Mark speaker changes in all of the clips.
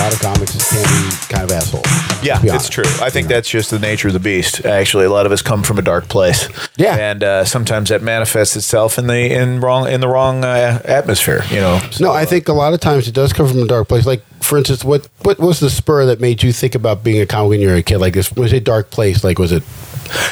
Speaker 1: out of comics is can be kind of assholes.
Speaker 2: Yeah,
Speaker 1: to be
Speaker 2: it's
Speaker 1: honest.
Speaker 2: true. I think that's just the nature of the beast. Actually, a lot of us come from a dark place.
Speaker 1: Yeah.
Speaker 2: and uh, sometimes that manifests itself in the in wrong in the wrong uh, atmosphere. You know. So,
Speaker 1: No, I think a lot of times it does come from a dark place. Like, for instance, what what was the spur that made you think about being a comic when you were a kid? Like, this was it dark place? Like, was it?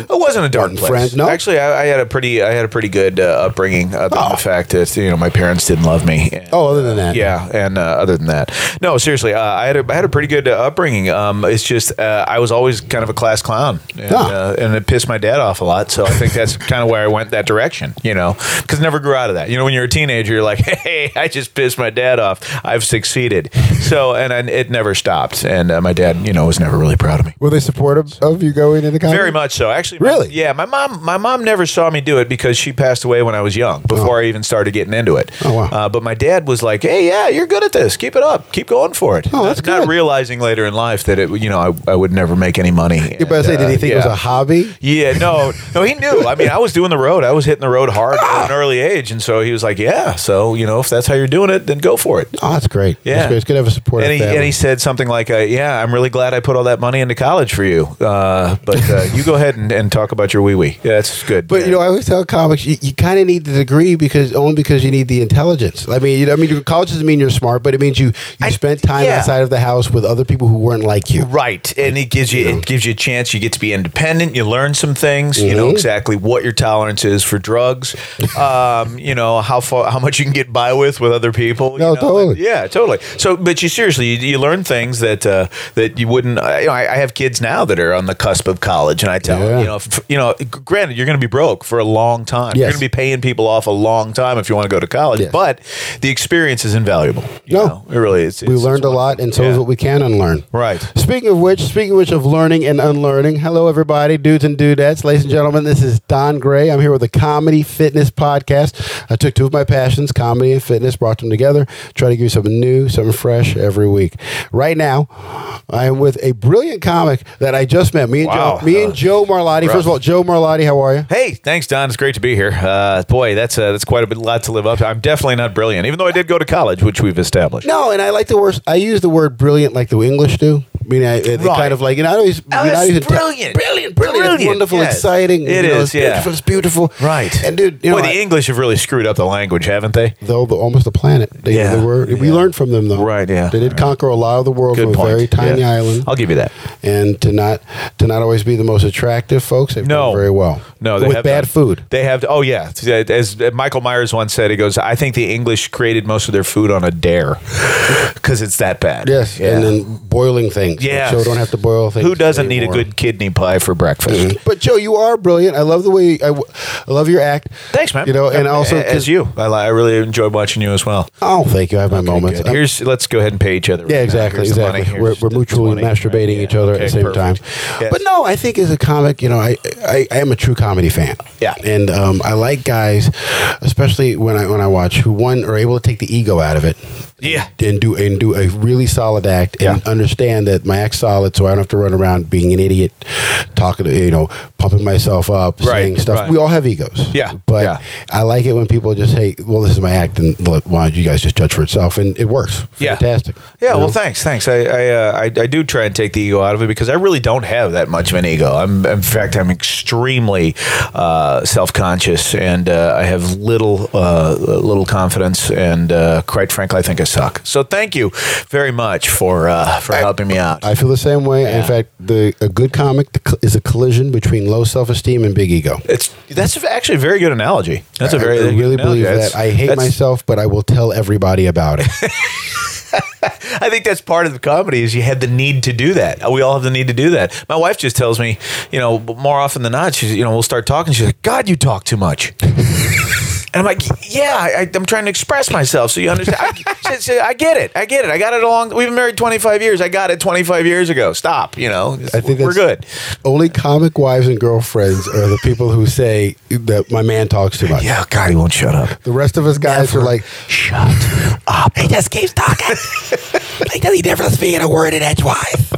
Speaker 2: It wasn't a dark
Speaker 1: Wasn't
Speaker 2: place.
Speaker 1: friends, no?
Speaker 2: Actually, I, I had a pretty I had a pretty good uh, upbringing. Other than
Speaker 1: Oh.
Speaker 2: the fact that you know my parents didn't love me. And,
Speaker 1: Oh, other than that,
Speaker 2: yeah, and uh, other than that, no. Seriously, uh, I had a, I had a pretty good uh, upbringing. Um, it's just uh, I was always kind of a class clown, and,
Speaker 1: Ah.
Speaker 2: uh, and it pissed my dad off a lot. So I think that's kind of where I went that direction. You know, because never grew out of that. You know, when you're a teenager, you're like, hey, I just pissed my dad off. I've succeeded. So and I, it never stopped. And uh, my dad, you know, was never really proud of me.
Speaker 3: Were they supportive of you going into comedy?
Speaker 2: Very much so. Actually,
Speaker 3: Really?
Speaker 2: my- yeah. My mom, my mom never saw me do it because she passed away when I was young, before I even started getting into it.
Speaker 1: Oh, wow.
Speaker 2: Uh, but my dad was like, "Hey, yeah, you're good at this. Keep it up. Keep going for it."
Speaker 1: Oh, that's
Speaker 2: Not
Speaker 1: good.
Speaker 2: realizing later in life that it, you know, I, I would never make any money. uh,
Speaker 1: You're about to say, did he think it was a hobby?
Speaker 2: yeah, no, no, he knew. I mean, I was doing the road. I was hitting the road hard at an early age, and so he was like, "Yeah, so you know, if that's how you're doing it, then go for it."
Speaker 1: Oh, that's great.
Speaker 2: Yeah.
Speaker 1: that's great. It's good to have a supportive
Speaker 2: and he,
Speaker 1: family.
Speaker 2: and he said something like, uh, "Yeah, I'm really glad I put all that money into college for you, uh, but uh, you go ahead and, and talk about your wee wee. Yeah, that's good.
Speaker 1: But you know, I always tell comics you, you kind of need the degree because only because you need the intelligence. I mean, you know, I mean, your college doesn't mean you're smart, but it means you you
Speaker 2: I-
Speaker 1: spent time
Speaker 2: yeah.
Speaker 1: outside of the house with other people who weren't like you.
Speaker 2: right, and it gives you it gives you a chance. You get to be independent. You learn some things. You know
Speaker 1: Mhm.
Speaker 2: exactly what your tolerance is for drugs. Um, you know how far how much you can get by with with other people. you
Speaker 3: No,
Speaker 2: know?
Speaker 3: totally.
Speaker 2: Like, yeah, totally. So, but you seriously, you, you learn things that uh, that you wouldn't. I, you know, I, I have kids now that are on the cusp of college, and I tell them,
Speaker 1: Yeah.
Speaker 2: you know, f- you know, granted, you're going to be broke for a long time. You're
Speaker 1: Yes.
Speaker 2: going to be paying people off a long time if you want to go to college.
Speaker 1: Yes.
Speaker 2: But the experience is invaluable. you
Speaker 1: No.
Speaker 2: know? it really is.
Speaker 1: We
Speaker 2: It's-
Speaker 1: learned a lot, and so
Speaker 2: Yeah.
Speaker 1: is what we can unlearn.
Speaker 2: Right.
Speaker 1: Speaking of which, speaking of which, of learning and unlearning. Hello, everybody, dudes and dudettes, ladies and gentlemen. This is Don Gray. I'm here with a comedy fitness podcast. I took two of my passions, comedy and fitness, brought them together, try to give you something new, something fresh every week. Right now, I am with a brilliant comic that I just met. Me and
Speaker 2: Wow.
Speaker 1: Joe, me and Joe Marlotti. First of all, Joe Marlotti, how are you?
Speaker 2: Hey, thanks, Don. It's great to be here. Uh, boy, that's uh, that's quite a bit lot to live up to. I'm definitely not brilliant, even though I did go to college, which we've established.
Speaker 1: No, and I like the word. I use the word brilliant like the English do. I mean, I, it
Speaker 2: Right.
Speaker 1: kind of like you know. I always, you know,
Speaker 2: Oh,
Speaker 1: I
Speaker 2: it's
Speaker 1: always inte-
Speaker 2: brilliant.
Speaker 1: brilliant, brilliant, It's
Speaker 2: Brilliant,
Speaker 1: wonderful,
Speaker 2: yes.
Speaker 1: exciting.
Speaker 2: It
Speaker 1: you know,
Speaker 2: is,
Speaker 1: it's
Speaker 2: yeah.
Speaker 1: beautiful, it's beautiful,
Speaker 2: Right.
Speaker 1: And dude, you
Speaker 2: boy,
Speaker 1: know,
Speaker 2: the
Speaker 1: I-
Speaker 2: English have really screwed up the language, haven't they?
Speaker 1: though the, almost the planet, they,
Speaker 2: Yeah.
Speaker 1: they were. We
Speaker 2: Yeah.
Speaker 1: learned from them though.
Speaker 2: Right, yeah.
Speaker 1: They did
Speaker 2: Right.
Speaker 1: conquer a lot of the world
Speaker 2: Good
Speaker 1: from
Speaker 2: point.
Speaker 1: a very tiny
Speaker 2: Yeah.
Speaker 1: island,
Speaker 2: I'll give you that.
Speaker 1: and to not to not always be the most attractive folks. They've
Speaker 2: No,
Speaker 1: done very well.
Speaker 2: No, they
Speaker 1: with
Speaker 2: have
Speaker 1: bad
Speaker 2: done.
Speaker 1: food.
Speaker 2: They have. Oh yeah, as Michael Myers once said, he goes, "I think the English created most of their food on a dare, because it's that bad."
Speaker 1: Yes,
Speaker 2: Yeah.
Speaker 1: and then boiling things.
Speaker 2: Yeah.
Speaker 1: Joe don't have to boil things. Mm-hmm.
Speaker 2: Who doesn't
Speaker 1: anymore.
Speaker 2: need a good kidney pie for breakfast?
Speaker 1: But Joe, you are brilliant. I love the way I, w- I love your act.
Speaker 2: Thanks, man.
Speaker 1: You know, and
Speaker 2: Yeah,
Speaker 1: also
Speaker 2: as you, I, li- I really enjoyed watching you as well.
Speaker 1: Oh, thank you. I have my moments.
Speaker 2: Good.
Speaker 1: I'm-
Speaker 2: Here's let's go ahead and pay each other. right
Speaker 1: yeah,
Speaker 2: now.
Speaker 1: exactly,
Speaker 2: Here's the money.
Speaker 1: exactly. We're,
Speaker 2: Here's
Speaker 1: we're
Speaker 2: the
Speaker 1: mutually
Speaker 2: money.
Speaker 1: masturbating
Speaker 2: Yeah.
Speaker 1: each other at
Speaker 2: Okay,
Speaker 1: the same
Speaker 2: perfect.
Speaker 1: time.
Speaker 2: Yes.
Speaker 1: But no, I think as a comic, you know, I, I, I am a true comedy fan.
Speaker 2: Yeah.
Speaker 1: and um, I like guys, especially when I when I watch who one are able to take the ego out of it.
Speaker 2: Yeah.
Speaker 1: and do and do a really solid act and
Speaker 2: Yeah.
Speaker 1: understand that my act's solid, so I don't have to run around being an idiot, talking to you know, pumping myself up,
Speaker 2: Right,
Speaker 1: saying stuff.
Speaker 2: right.
Speaker 1: We all have egos.
Speaker 2: Yeah,
Speaker 1: but
Speaker 2: yeah.
Speaker 1: I like it when people just say, "Well, this is my act," and look, why don't you guys just judge for itself? And it works.
Speaker 2: Yeah.
Speaker 1: fantastic.
Speaker 2: Yeah,
Speaker 1: You
Speaker 2: well,
Speaker 1: know?
Speaker 2: thanks, thanks. I I, uh, I I do try and take the ego out of it because I really don't have that much of an ego. I'm in fact I'm extremely uh, self conscious and uh, I have little uh, little confidence and uh, quite frankly I think I suck. So thank you very much for uh, for helping me out.
Speaker 1: I feel the same way. In fact, the a good comic is a collision between low self esteem and big ego.
Speaker 2: it's that's actually a very good analogy. That's a very
Speaker 1: I really
Speaker 2: good analogy.
Speaker 1: believe
Speaker 2: That's-
Speaker 1: that. I hate
Speaker 2: that's-
Speaker 1: myself, but I will tell everybody about it.
Speaker 2: I think that's part of the comedy is you have the need to do that. We all have the need to do that. My wife just tells me, you know, more often than not, she's, you know, we'll start talking. She's like, God, you talk too much. And I'm like, yeah, I, I'm trying to express myself. So you understand? I, she- she- I get it. I get it. I got it along. We've been married 25 years. I got it 25 years ago. Stop. You know,
Speaker 1: I think
Speaker 2: we're good.
Speaker 1: that's- Only comic wives and girlfriends are the people who say that my man talks too much.
Speaker 2: Yeah, God, he won't shut up.
Speaker 1: The rest of us guys are like,
Speaker 2: Shut up. He just keeps talking. he doesn't ever speak in a word in edgewise.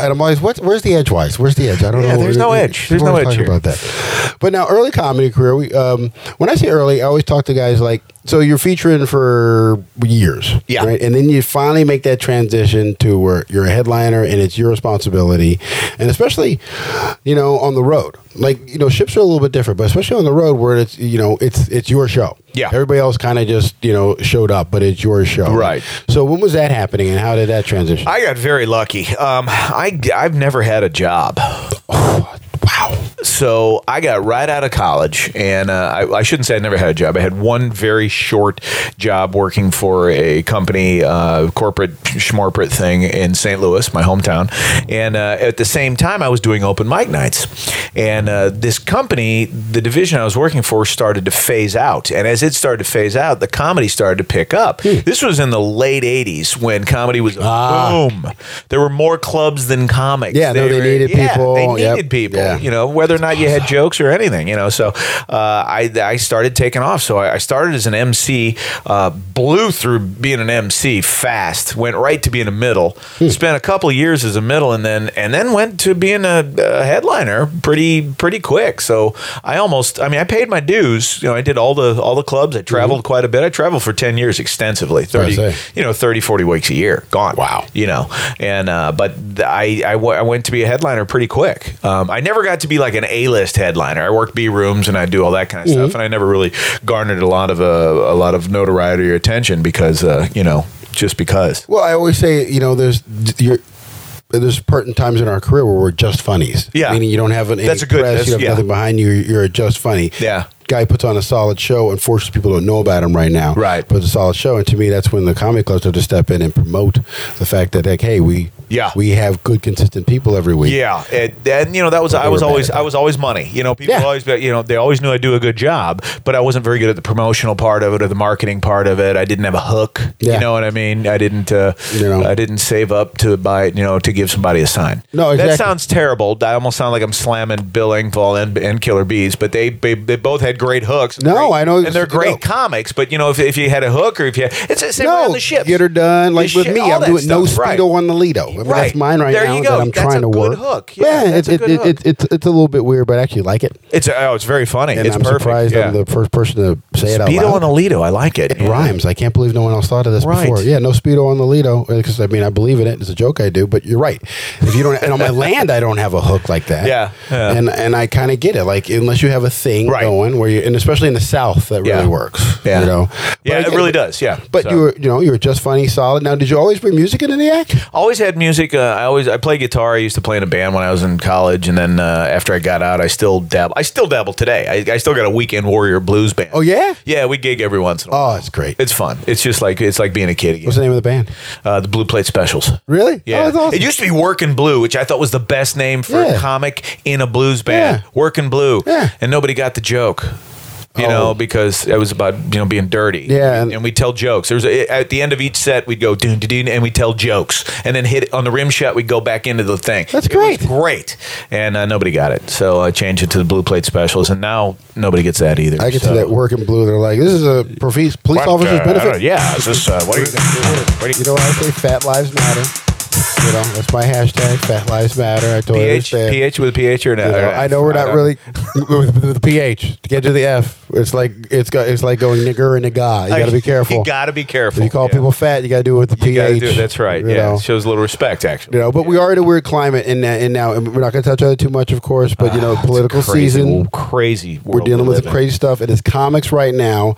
Speaker 1: I'm always, what, where's the edge, wise? Where's the edge? I don't
Speaker 2: Yeah,
Speaker 1: know.
Speaker 2: there's no edge. There's
Speaker 1: People
Speaker 2: no
Speaker 1: always talk
Speaker 2: edge here.
Speaker 1: about that. But now, early comedy career, we, um, when I say early, I always talk to guys like So you're featuring for years,
Speaker 2: Yeah.
Speaker 1: right? And then you finally make that transition to where you're a headliner and it's your responsibility, and especially, you know, on the road. Like you know, ships are a little bit different, but especially on the road where it's you know it's it's your show.
Speaker 2: Yeah.
Speaker 1: everybody else kind of just you know showed up, but it's your show,
Speaker 2: Right.
Speaker 1: So when was that happening, and how did that transition?
Speaker 2: I got very lucky. Um, I, I've never had a job.
Speaker 1: wow,
Speaker 2: So I got right out of college, and uh, I, I shouldn't say I never had a job. I had one very short job working for a company, uh, corporate schmorpret thing in St. Louis, my hometown. And uh, at the same time, I was doing open mic nights. And uh, this company, the division I was working for, started to phase out. And as it started to phase out, the comedy started to pick up.
Speaker 1: Hmm.
Speaker 2: This was in the late '80s when comedy was boom. There were more clubs than comics.
Speaker 1: Ah. Yeah, no, they
Speaker 2: were-
Speaker 1: needed
Speaker 2: yeah,
Speaker 1: people.
Speaker 2: They
Speaker 1: Yep.
Speaker 2: needed people.
Speaker 1: Yeah.
Speaker 2: You know you know, whether or not you had jokes or anything, you know. So uh, I, I started taking off. So I, I started as an MC, uh, blew through being an MC fast, went right to being a middle, spent a couple of years as a middle, and then and then went to being a, a headliner pretty pretty quick. So I almost, I mean, I paid my dues. You know, I did all the all the clubs. I traveled quite a bit. I traveled for ten years extensively, thirty,
Speaker 1: say.
Speaker 2: you know, 30, 40 weeks a year. Gone.
Speaker 1: Wow.
Speaker 2: You know, and uh, but th- I I wa- I went to be a headliner pretty quick. Um, I never got to be like an A list headliner. I worked B rooms and I do all that kind of stuff, and I never really garnered a lot of uh, a lot of notoriety or attention because uh, you know just because.
Speaker 1: Well, I always say, you know, there's you're, there's certain times in our career where we're just funnies.
Speaker 2: Yeah.
Speaker 1: meaning you don't have an, any
Speaker 2: That's a good-
Speaker 1: press,
Speaker 2: that's-
Speaker 1: you have
Speaker 2: yeah.
Speaker 1: nothing behind you. You're a just funny.
Speaker 2: Yeah.
Speaker 1: guy puts on a solid show. Unfortunately, people don't know about him right now.
Speaker 2: Right.
Speaker 1: puts a solid show, and to me, that's when the comedy clubs have to step in and promote the fact that like, hey, we
Speaker 2: Yeah.
Speaker 1: we have good consistent people every week.
Speaker 2: Yeah, and, and you know that was
Speaker 1: But they
Speaker 2: I was
Speaker 1: were bad
Speaker 2: always
Speaker 1: at
Speaker 2: I was always money. You know, people
Speaker 1: Yeah.
Speaker 2: always be- you know they always knew I do a good job, but I wasn't very good at the promotional part of it or the marketing part of it. I didn't have a hook.
Speaker 1: Yeah.
Speaker 2: You know what I mean? I didn't uh,
Speaker 1: You know.
Speaker 2: I didn't save up to buy you know to give somebody a sign.
Speaker 1: No, exactly.
Speaker 2: that sounds terrible. I almost sound like I'm slamming Bill Engvall and, and Killer Bees, but they, they they both had great hooks.
Speaker 1: No,
Speaker 2: great-
Speaker 1: I know-
Speaker 2: and they're great
Speaker 1: no.
Speaker 2: comics. But you know, if, if you had a hook or if you it's the same way on the ship.
Speaker 1: get her done. Like
Speaker 2: The
Speaker 1: with
Speaker 2: ship,
Speaker 1: me,
Speaker 2: all
Speaker 1: I'm
Speaker 2: that
Speaker 1: doing no
Speaker 2: stuff,
Speaker 1: speedo
Speaker 2: right.
Speaker 1: on the Lido. I mean,
Speaker 2: Right.
Speaker 1: That's mine right
Speaker 2: There
Speaker 1: now
Speaker 2: you go.
Speaker 1: that I'm
Speaker 2: That's
Speaker 1: trying
Speaker 2: a
Speaker 1: to work.
Speaker 2: good hook. Yeah, that's
Speaker 1: it's
Speaker 2: a
Speaker 1: it,
Speaker 2: good
Speaker 1: it,
Speaker 2: hook.
Speaker 1: it, it's it's a little bit weird, but I actually like it.
Speaker 2: It's oh, it's very funny.
Speaker 1: And
Speaker 2: it's
Speaker 1: I'm
Speaker 2: perfect.
Speaker 1: surprised
Speaker 2: yeah.
Speaker 1: I'm the first person to say it out
Speaker 2: Speedo
Speaker 1: loud.
Speaker 2: on a Lido. I like it. Yeah.
Speaker 1: rhymes. I can't believe no one else thought of this
Speaker 2: Right.
Speaker 1: before. Yeah, no speedo on the Lido because I mean I believe in it. It's a joke I do, but you're right. If you don't, and on my land I don't have a hook like that.
Speaker 2: Yeah, yeah.
Speaker 1: and and I kind of get it. Like unless you have a thing
Speaker 2: Right.
Speaker 1: going where you, and especially in the South, that
Speaker 2: Yeah.
Speaker 1: really works.
Speaker 2: Yeah.
Speaker 1: you know.
Speaker 2: Yeah,
Speaker 1: But
Speaker 2: it
Speaker 1: I-
Speaker 2: really does. Yeah.
Speaker 1: But
Speaker 2: So-
Speaker 1: you were, you know, you were just funny, solid. Now, did you always bring music into the act?
Speaker 2: always had music. Uh, I always I play guitar. I used to play in a band when I was in college, and then uh, after I got out, I still dabble. I still dabble today. I, I still got a weekend warrior blues band.
Speaker 1: Oh yeah.
Speaker 2: yeah, we gig every once in a while.
Speaker 1: Oh, it's great.
Speaker 2: It's fun. It's just like it's like being a kid again.
Speaker 1: What's the name of the band?
Speaker 2: Uh, the Blue Plate Specials.
Speaker 1: Really?
Speaker 2: Yeah,
Speaker 1: Oh, that's awesome.
Speaker 2: it used to be Workin' Blue, which I thought was the best name for
Speaker 1: Yeah.
Speaker 2: a comic in a blues band.
Speaker 1: Yeah.
Speaker 2: Workin' Blue,
Speaker 1: Yeah.
Speaker 2: and nobody got the joke. You
Speaker 1: Oh.
Speaker 2: know, because it was about you know being dirty.
Speaker 1: Yeah,
Speaker 2: and,
Speaker 1: and-
Speaker 2: we tell jokes. There was a, at the end of each set we'd go dun dun dun, and we tell jokes, and then hit on the rim shot. We'd go back into the thing.
Speaker 1: That's
Speaker 2: It was
Speaker 1: great.
Speaker 2: great, and uh, nobody got it. So I changed it to the Blue Plate Specials, and now nobody gets that either.
Speaker 1: I get
Speaker 2: So-
Speaker 1: to that work in blue. They're like, this is a police, police
Speaker 2: What,
Speaker 1: officer's
Speaker 2: uh, I
Speaker 1: benefit.
Speaker 2: don't- Yeah, is this, uh, what are you? What are
Speaker 1: You
Speaker 2: you
Speaker 1: know what I say? Fat lives matter. You know, that's my hashtag. Fat lives matter. I totally
Speaker 2: PH,
Speaker 1: understand.
Speaker 2: PH with a PH or an
Speaker 1: You know,
Speaker 2: or an
Speaker 1: I
Speaker 2: uh, F?
Speaker 1: know we're not
Speaker 2: don't-
Speaker 1: really with, with the PH to get to the F. It's like it's got it's like going nigger and nigga. You got to be careful.
Speaker 2: You got to be
Speaker 1: if
Speaker 2: careful.
Speaker 1: you call
Speaker 2: Yeah.
Speaker 1: people fat, you got to do it with the
Speaker 2: You gotta
Speaker 1: PH.
Speaker 2: do it. That's right.
Speaker 1: you
Speaker 2: Yeah,
Speaker 1: know.
Speaker 2: it shows a little respect, actually.
Speaker 1: You know, but we are in a weird climate, and and now and we're not going to touch on it too much, of course. But you know,
Speaker 2: Ah, It's a
Speaker 1: political
Speaker 2: crazy,
Speaker 1: season,
Speaker 2: crazy.
Speaker 1: we're
Speaker 2: world
Speaker 1: dealing
Speaker 2: we
Speaker 1: with
Speaker 2: live in.
Speaker 1: crazy stuff. It is comics right now.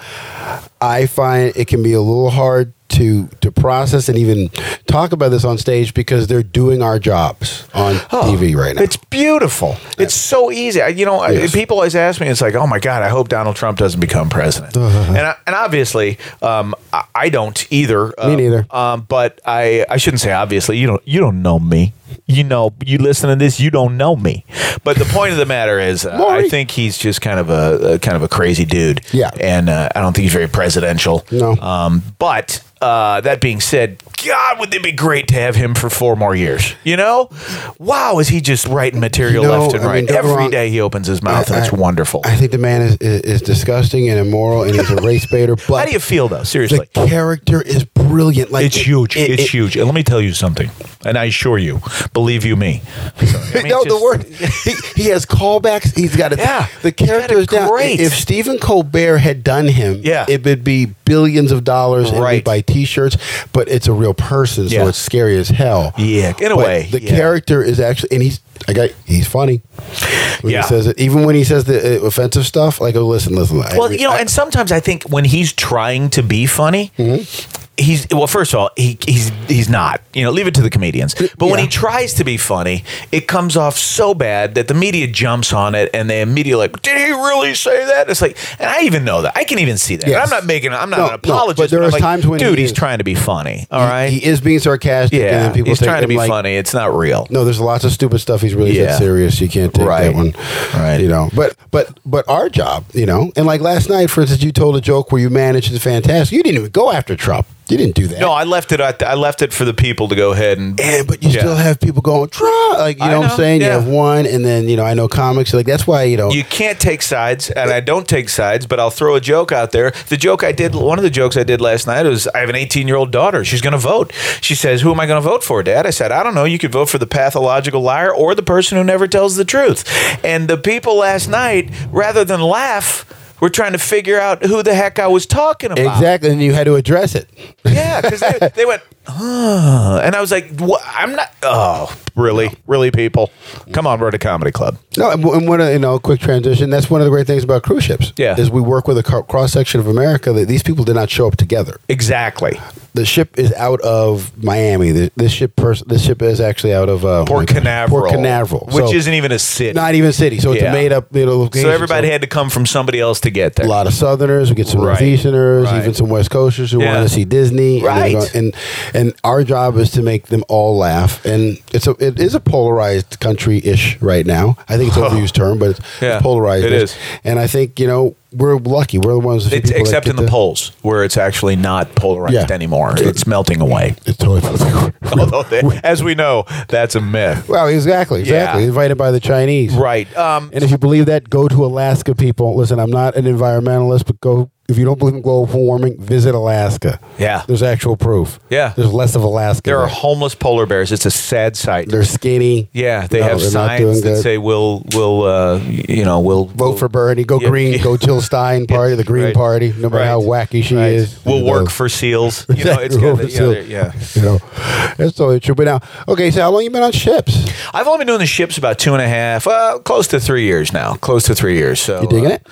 Speaker 1: I find it can be a little hard to to process and even talk about this on stage because they're doing our jobs on
Speaker 2: Oh,
Speaker 1: TV right now.
Speaker 2: It's beautiful. It's so easy. I- You know, I-
Speaker 1: Yes.
Speaker 2: people always ask me, it's like, oh my God, I hope Donald Trump doesn't become president.
Speaker 1: Uh-huh.
Speaker 2: and, I, and obviously, um, I, I don't either. Um,
Speaker 1: neither.
Speaker 2: Um, but I, I shouldn't say obviously. You don't, you don't know me. You know, you listen to this, you don't know me. But the point of the matter is, uh, I
Speaker 1: Maury.
Speaker 2: think he's just kind of a, a kind of a crazy dude.
Speaker 1: Yeah.
Speaker 2: and uh, I don't think he's very presidential.
Speaker 1: No.
Speaker 2: Um, but uh, that being said, God, would it be great to have him for four more years? You know, wow, is he just writing material
Speaker 1: You know,
Speaker 2: left and
Speaker 1: I mean,
Speaker 2: right?
Speaker 1: don't
Speaker 2: Every
Speaker 1: get
Speaker 2: day
Speaker 1: me wrong.
Speaker 2: he opens his mouth, and it's
Speaker 1: I-
Speaker 2: wonderful.
Speaker 1: I think the man is, is, is disgusting and immoral, and he's a race baiter. But
Speaker 2: How do you feel though?
Speaker 1: the
Speaker 2: Seriously,
Speaker 1: character is brilliant. Like
Speaker 2: it's
Speaker 1: it-
Speaker 2: huge.
Speaker 1: it-
Speaker 2: it's
Speaker 1: it-
Speaker 2: huge. And let me tell you something. and I assure you, believe you me. So, I mean,
Speaker 1: no,
Speaker 2: just-
Speaker 1: the word he, he has callbacks. He's got it.
Speaker 2: Yeah.
Speaker 1: the
Speaker 2: He's got
Speaker 1: character
Speaker 2: it
Speaker 1: is down.
Speaker 2: great.
Speaker 1: If Stephen Colbert had done him,
Speaker 2: Yeah.
Speaker 1: it would be billions of dollars and
Speaker 2: Right.
Speaker 1: we'd buy T-shirts. But it's a real person, so
Speaker 2: Yeah.
Speaker 1: it's scary as hell.
Speaker 2: Yeah, in a
Speaker 1: But
Speaker 2: way,
Speaker 1: the
Speaker 2: yeah.
Speaker 1: character is actually, and he's I got he's funny. When
Speaker 2: Yeah.
Speaker 1: he says it, even when he says the uh, offensive stuff, like oh listen, listen. I-
Speaker 2: Well, you know,
Speaker 1: I-
Speaker 2: and sometimes I think when he's trying to be funny,
Speaker 1: Mm-hmm.
Speaker 2: he's well. First of all, he, he's he's not. You know, leave it to the comedians. But when
Speaker 1: yeah.
Speaker 2: he tries to be funny, it comes off so bad that the media jumps on it and they immediately like, "Did he really say that?" It's like, and I even know that. I can even see that. And
Speaker 1: Yes.
Speaker 2: I'm not making. I'm not
Speaker 1: No,
Speaker 2: an
Speaker 1: no,
Speaker 2: apologist.
Speaker 1: but there
Speaker 2: I'm
Speaker 1: is
Speaker 2: like,
Speaker 1: times when
Speaker 2: dude,
Speaker 1: he
Speaker 2: he's
Speaker 1: is.
Speaker 2: trying to be funny. All
Speaker 1: he-
Speaker 2: right.
Speaker 1: he is being sarcastic, and
Speaker 2: yeah,
Speaker 1: then people
Speaker 2: he's
Speaker 1: take
Speaker 2: trying to
Speaker 1: him
Speaker 2: be
Speaker 1: like,
Speaker 2: funny. It's not real.
Speaker 1: No, there's lots of stupid stuff he's really
Speaker 2: Yeah.
Speaker 1: said serious. You can't take
Speaker 2: Right.
Speaker 1: that one.
Speaker 2: Right.
Speaker 1: You know. But but but our job, you know, and like last night, for instance, you told a joke where you managed the fantastic. You didn't even go after Trump. You didn't do that.
Speaker 2: No, I left it. At the, I left it for the people to go ahead and.
Speaker 1: And, but you
Speaker 2: Yeah.
Speaker 1: still have people going, Trump. Like, you
Speaker 2: I
Speaker 1: know, what
Speaker 2: know,
Speaker 1: I'm saying?
Speaker 2: yeah.
Speaker 1: You have one, and then, you know, I know comics. Like, that's why, you know,
Speaker 2: You can't take sides, and I don't take sides, but I'll throw a joke out there. The joke I did, one of the jokes I did last night was I have an 18 year old daughter. She's going to vote. She says, Who am I going to vote for, Dad? I said, I don't know. You could vote for the pathological liar or the person who never tells the truth. And the people last night, rather than laugh, were trying to figure out who the heck I was talking about.
Speaker 1: exactly. And you had to address it.
Speaker 2: Yeah, because they, they went, huh. And I was like, "What? I'm not. Oh, really? Really, people? Come on, we're at a comedy club.
Speaker 1: No, and, and one of, you know, quick transition. That's one of the great things about cruise ships.
Speaker 2: Yeah.
Speaker 1: Is we work with a cro- cross section of America that these people did not show up together.
Speaker 2: Exactly.
Speaker 1: the ship is out of Miami. The, this ship, pers- this ship is actually out of uh,
Speaker 2: Port Canaveral.
Speaker 1: Port Canaveral,
Speaker 2: Which
Speaker 1: So,
Speaker 2: isn't even a city.
Speaker 1: not even a city. So it's
Speaker 2: Yeah.
Speaker 1: a made up you know, location.
Speaker 2: so everybody
Speaker 1: So
Speaker 2: had to come from somebody else to get there.
Speaker 1: a lot of Southerners. We get some
Speaker 2: Right.
Speaker 1: Northeasterners,
Speaker 2: Right.
Speaker 1: even some West Coasters who
Speaker 2: Yeah.
Speaker 1: want to see Disney. and they're
Speaker 2: Right.
Speaker 1: going- And, and our job is to make them all laugh. And it's a it is a polarized country ish right now. I think it's an overused term, but it's
Speaker 2: Yeah,
Speaker 1: polarized.
Speaker 2: it is.
Speaker 1: And I think you know we're lucky. We're the ones. that few
Speaker 2: It's,
Speaker 1: people that
Speaker 2: except
Speaker 1: get
Speaker 2: in the polls, where it's actually not polarized
Speaker 1: Yeah.
Speaker 2: anymore. It's melting away.
Speaker 1: It's totally.
Speaker 2: Although, they, as we know, that's a myth.
Speaker 1: Well, exactly, exactly.
Speaker 2: Yeah.
Speaker 1: Invited by the Chinese,
Speaker 2: Right. Um,
Speaker 1: And if you believe that, go to Alaska, people. Listen, I'm not an environmentalist, but go if you don't believe in global warming, visit Alaska.
Speaker 2: Yeah.
Speaker 1: there's actual proof.
Speaker 2: Yeah.
Speaker 1: there's less of Alaska.
Speaker 2: there are
Speaker 1: there.
Speaker 2: homeless polar bears. It's a sad sight.
Speaker 1: they're skinny.
Speaker 2: yeah, they
Speaker 1: No,
Speaker 2: have
Speaker 1: they're not
Speaker 2: signs
Speaker 1: doing
Speaker 2: that
Speaker 1: good.
Speaker 2: say "We'll, we'll, uh, you know, we'll
Speaker 1: Vote for Bernie. Go
Speaker 2: Yeah.
Speaker 1: Green. Go Jill Stein party. The Green
Speaker 2: Right.
Speaker 1: Party. No matter
Speaker 2: Right.
Speaker 1: how wacky she
Speaker 2: Right.
Speaker 1: is,
Speaker 2: We'll work
Speaker 1: Those-
Speaker 2: for seals. You know, it's
Speaker 1: We'll
Speaker 2: good.
Speaker 1: work
Speaker 2: that-
Speaker 1: for
Speaker 2: yeah, they're-
Speaker 1: seals.
Speaker 2: yeah.
Speaker 1: You know, that's totally true. But now, okay, so how long you been on ships?
Speaker 2: I've only been doing the ships about two and a half, uh, close to three years now. Close to three years. So uh,
Speaker 1: You digging it?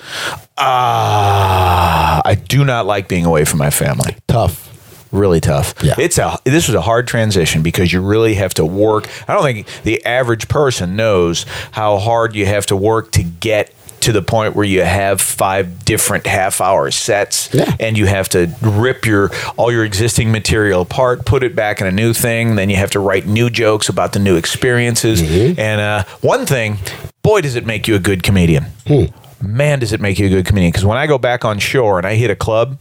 Speaker 2: Ah, I do not like being away from my family.
Speaker 1: Tough.
Speaker 2: Really tough.
Speaker 1: Yeah.
Speaker 2: It's a this was a hard transition because you really have to work. I don't think the average person knows how hard you have to work to get to the point where you have five different half hour sets
Speaker 1: Yeah.
Speaker 2: and you have to rip your all your existing material apart, put it back in a new thing, then you have to write new jokes about the new experiences.
Speaker 1: Mm-hmm.
Speaker 2: And uh, one thing, boy does it make you a good comedian
Speaker 1: Hmm.
Speaker 2: man, does it make you a good comedian? Because when I go back on shore and I hit a club,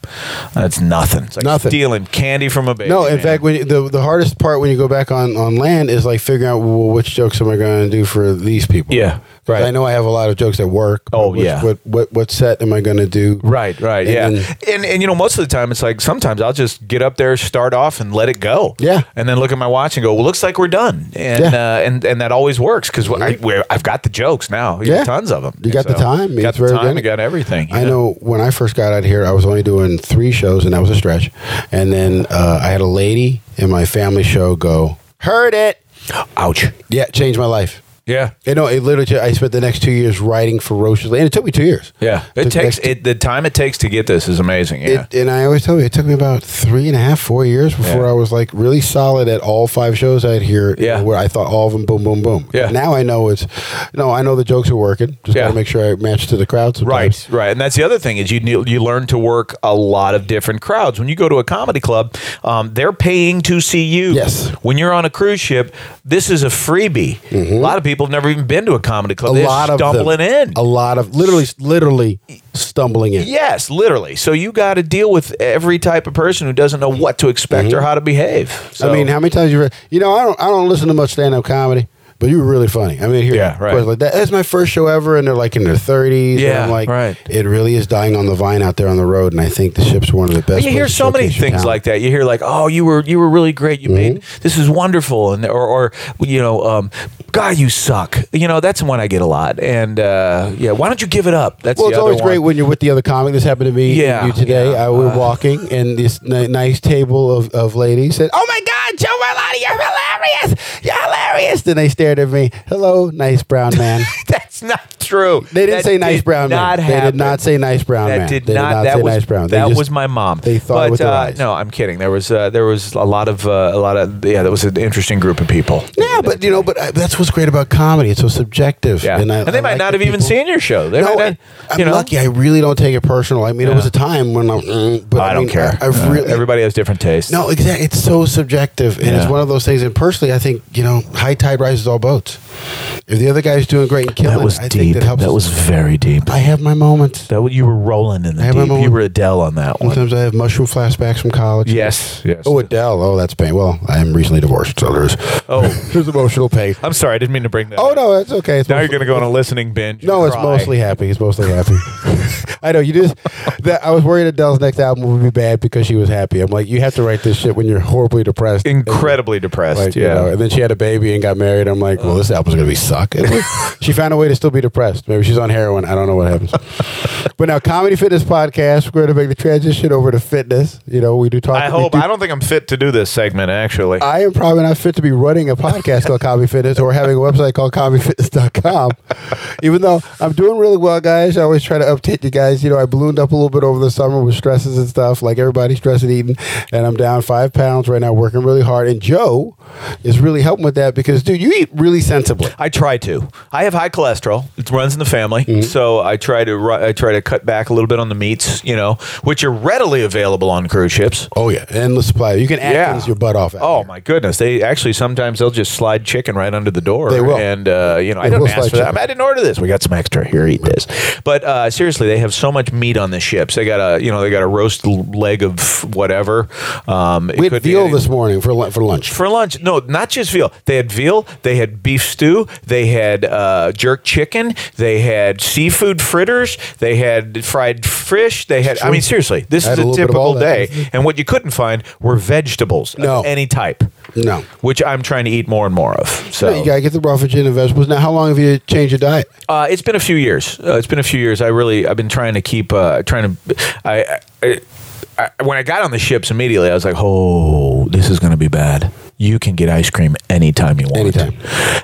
Speaker 2: that's nothing. It's like
Speaker 1: Nothing.
Speaker 2: stealing candy from a baby.
Speaker 1: No, in
Speaker 2: man.
Speaker 1: fact, when you, the the hardest part when you go back on, on land is like figuring out well, which jokes am I going to do for these people.
Speaker 2: Yeah,
Speaker 1: 'Cause
Speaker 2: right.
Speaker 1: I know I have a lot of jokes at work.
Speaker 2: Oh,
Speaker 1: Which-
Speaker 2: yeah.
Speaker 1: What what what set am I going to do?
Speaker 2: Right, right,
Speaker 1: And
Speaker 2: yeah,
Speaker 1: then-
Speaker 2: and, and you know most of the time it's like sometimes I'll just get up there, start off, and let it go.
Speaker 1: Yeah.
Speaker 2: and then look at my watch and go, "Well, looks like we're done." And
Speaker 1: Yeah.
Speaker 2: uh, and and that always works because I where I've got the jokes now.
Speaker 1: Yeah.
Speaker 2: tons of them.
Speaker 1: You got the time.
Speaker 2: Got
Speaker 1: It's
Speaker 2: the
Speaker 1: very
Speaker 2: time.
Speaker 1: good.
Speaker 2: You got everything.
Speaker 1: I
Speaker 2: yeah.
Speaker 1: know when I first got out here, I was only doing three shows, and that was a stretch. And then uh, I had a lady in my family show go, "Heard it."
Speaker 2: Ouch.
Speaker 1: Yeah, changed my life.
Speaker 2: Yeah.
Speaker 1: You know, it literally. I spent the next two years writing ferociously, and it took me two years.
Speaker 2: Yeah,
Speaker 1: Took
Speaker 2: it
Speaker 1: the
Speaker 2: takes
Speaker 1: next two-
Speaker 2: it. The time it takes to get this is amazing. Yeah,
Speaker 1: It, and I always tell you, it took me about three and a half, four years before I
Speaker 2: Yeah.
Speaker 1: was like really solid at all five shows out here. you
Speaker 2: Yeah.
Speaker 1: know, where I thought all of them, boom, boom, boom.
Speaker 2: Yeah.
Speaker 1: Now I know it's no, I know the jokes are working. Just
Speaker 2: Yeah.
Speaker 1: gotta make sure I match to the crowd.
Speaker 2: Right,
Speaker 1: Sometimes.
Speaker 2: right, and that's the other thing is you knew- you learn to work a lot of different crowds. When you go to a comedy club, um, they're paying to see you.
Speaker 1: Yes.
Speaker 2: When you're on a cruise ship, this is a freebie. A lot of people have never even been to a comedy club.
Speaker 1: Mm-hmm. A
Speaker 2: they're
Speaker 1: lot of them.
Speaker 2: stumbling in.
Speaker 1: A lot of literally, literally stumbling in.
Speaker 2: yes, literally. So you got to deal with every type of person who doesn't know
Speaker 1: Mm-hmm.
Speaker 2: what to expect or how to behave. So-
Speaker 1: I mean, how many times you read? You know, I don't, I don't listen to much stand up comedy. But you were really funny. I mean, here,
Speaker 2: Yeah, right.
Speaker 1: of course, like that, that's my first show ever, and they're like in their 30s. and
Speaker 2: Yeah,
Speaker 1: I'm like,
Speaker 2: right.
Speaker 1: It really is dying on the vine out there on the road, and I think the ship's one of the best.
Speaker 2: you hear
Speaker 1: ways to
Speaker 2: so many
Speaker 1: showcase your
Speaker 2: things
Speaker 1: talent.
Speaker 2: like that. You hear like, "Oh, you were you were really great. You made
Speaker 1: Mm-hmm.
Speaker 2: this is wonderful," and or, or you know, um, "God, you suck." You know, that's one I get a lot. And uh, yeah, why don't you give it up? That's
Speaker 1: Well,
Speaker 2: the
Speaker 1: it's
Speaker 2: other
Speaker 1: always great
Speaker 2: one.
Speaker 1: when you're with the other comic. This happened to me and
Speaker 2: Yeah,
Speaker 1: you today.
Speaker 2: yeah,
Speaker 1: I, we were
Speaker 2: uh,
Speaker 1: walking, and this n- nice table of, of ladies said, "Oh my God, Joe Merlotti, you're hilarious! You're hilarious!" Then they stared at me. Hello, nice brown man.
Speaker 2: That's not true.
Speaker 1: They didn't
Speaker 2: That
Speaker 1: say nice
Speaker 2: did
Speaker 1: brown
Speaker 2: not
Speaker 1: man. They did
Speaker 2: happen.
Speaker 1: not say nice brown
Speaker 2: That
Speaker 1: man.
Speaker 2: did
Speaker 1: they
Speaker 2: not.
Speaker 1: say
Speaker 2: that was
Speaker 1: nice brown. They
Speaker 2: that
Speaker 1: just-
Speaker 2: was my mom.
Speaker 1: they thought
Speaker 2: but,
Speaker 1: with their
Speaker 2: uh,
Speaker 1: eyes.
Speaker 2: No, I'm kidding. There was uh, there was a lot of uh, a lot of yeah. That was an interesting group of people.
Speaker 1: Yeah, but you know, but I, that's what's great about comedy. It's so subjective.
Speaker 2: Yeah, and,
Speaker 1: I-
Speaker 2: they
Speaker 1: I
Speaker 2: might
Speaker 1: like
Speaker 2: not
Speaker 1: the
Speaker 2: have even
Speaker 1: people-
Speaker 2: seen your show. They
Speaker 1: No,
Speaker 2: might not,
Speaker 1: I, I'm
Speaker 2: you know?
Speaker 1: lucky. I really don't take it personal. I mean, there was a time when I'm, mm, but
Speaker 2: I,
Speaker 1: I,
Speaker 2: don't
Speaker 1: mean,
Speaker 2: care.
Speaker 1: I, have
Speaker 2: Uh,
Speaker 1: really,
Speaker 2: everybody has different tastes.
Speaker 1: No, exactly. It's so subjective, and
Speaker 2: Yeah.
Speaker 1: it's one of those things. And personally, I think you know, high tide rises all boats. If the other guy's doing great and killing,
Speaker 2: that was
Speaker 1: I
Speaker 2: deep.
Speaker 1: think that helps.
Speaker 2: was very deep.
Speaker 1: I have my moments.
Speaker 2: That you were rolling in the
Speaker 1: I have my
Speaker 2: deep. You
Speaker 1: moment.
Speaker 2: were Adele on that one.
Speaker 1: Sometimes I have mushroom flashbacks from college.
Speaker 2: Yes, yes.
Speaker 1: Oh, Adele. Oh, that's pain. Well, I am recently divorced, so there's
Speaker 2: Oh.
Speaker 1: there's emotional pain.
Speaker 2: I'm sorry, I didn't mean to bring that.
Speaker 1: Oh
Speaker 2: up.
Speaker 1: no, that's okay. It's
Speaker 2: Now you're
Speaker 1: mostly-
Speaker 2: going to go on a listening binge. and
Speaker 1: No, it's
Speaker 2: cry.
Speaker 1: mostly happy. It's mostly happy. I know you just. That, I was worried Adele's next album would be bad because she was happy. I'm like, you have to write this shit when you're horribly depressed.
Speaker 2: incredibly depressed.
Speaker 1: Like,
Speaker 2: yeah.
Speaker 1: you know, and then she had a baby and got married. I'm like, well, this album's gonna be suck. It was- she found a way to still be depressed. Maybe she's on heroin. I don't know what happens. but now, comedy fitness podcast. We're gonna make the transition over to fitness. You Uh, know, we do talk.
Speaker 2: I
Speaker 1: we
Speaker 2: hope.
Speaker 1: do-
Speaker 2: I don't think I'm fit to do this segment. Actually,
Speaker 1: I am probably not fit to be running a podcast called Comedy Fitness or having a website called comedyfitness.com. Even though I'm doing really well, guys, I always try to update you guys. You know, I ballooned up a little bit over the summer with stresses and stuff, like everybody's stressing eating, and I'm down five pounds right now, working really hard. And Joe is really helping with that because, dude, you eat really sensibly.
Speaker 2: I try to. I have high cholesterol. It runs in the family,
Speaker 1: Mm-hmm.
Speaker 2: so I try to. ru- I try to cut back a little bit on the meats, you know, which are readily available on cruise ships.
Speaker 1: Oh, yeah. Endless supply. You can Atkins your butt off. out
Speaker 2: Oh
Speaker 1: there.
Speaker 2: my goodness! They actually sometimes they'll just slide chicken right under the door.
Speaker 1: They will.
Speaker 2: and uh, you know I
Speaker 1: They
Speaker 2: don't
Speaker 1: will
Speaker 2: ask
Speaker 1: slide
Speaker 2: for that. I,
Speaker 1: chicken.
Speaker 2: mean, I didn't order this. We got some extra here. Eat this. But uh, seriously, they have so much meat on the ships. They got a you know they got a roast l- leg of whatever. Um, it
Speaker 1: We had
Speaker 2: could be
Speaker 1: veal
Speaker 2: any-
Speaker 1: this morning for, lun- for lunch.
Speaker 2: for lunch. No, not just veal. They had veal. They had beef stew. They had uh, jerk chicken. They had seafood fritters. They had fried fish. They had. I mean, seriously, this
Speaker 1: I
Speaker 2: is
Speaker 1: had a
Speaker 2: a
Speaker 1: little bit of all
Speaker 2: typical
Speaker 1: that.
Speaker 2: day. And what you couldn't find were vegetables
Speaker 1: No.
Speaker 2: of any type.
Speaker 1: No.
Speaker 2: Which I'm trying to eat more and more of. So
Speaker 1: No, you got to get the raw and vegetables. Now, how long have you changed your diet?
Speaker 2: uh, it's been a few years. Uh, it's been a few years. I really, I've been trying to keep, uh, trying to, I, I, I, when I got on the ships immediately, I was like, oh, this is going to be bad. You can get ice cream anytime you want.
Speaker 1: Anytime.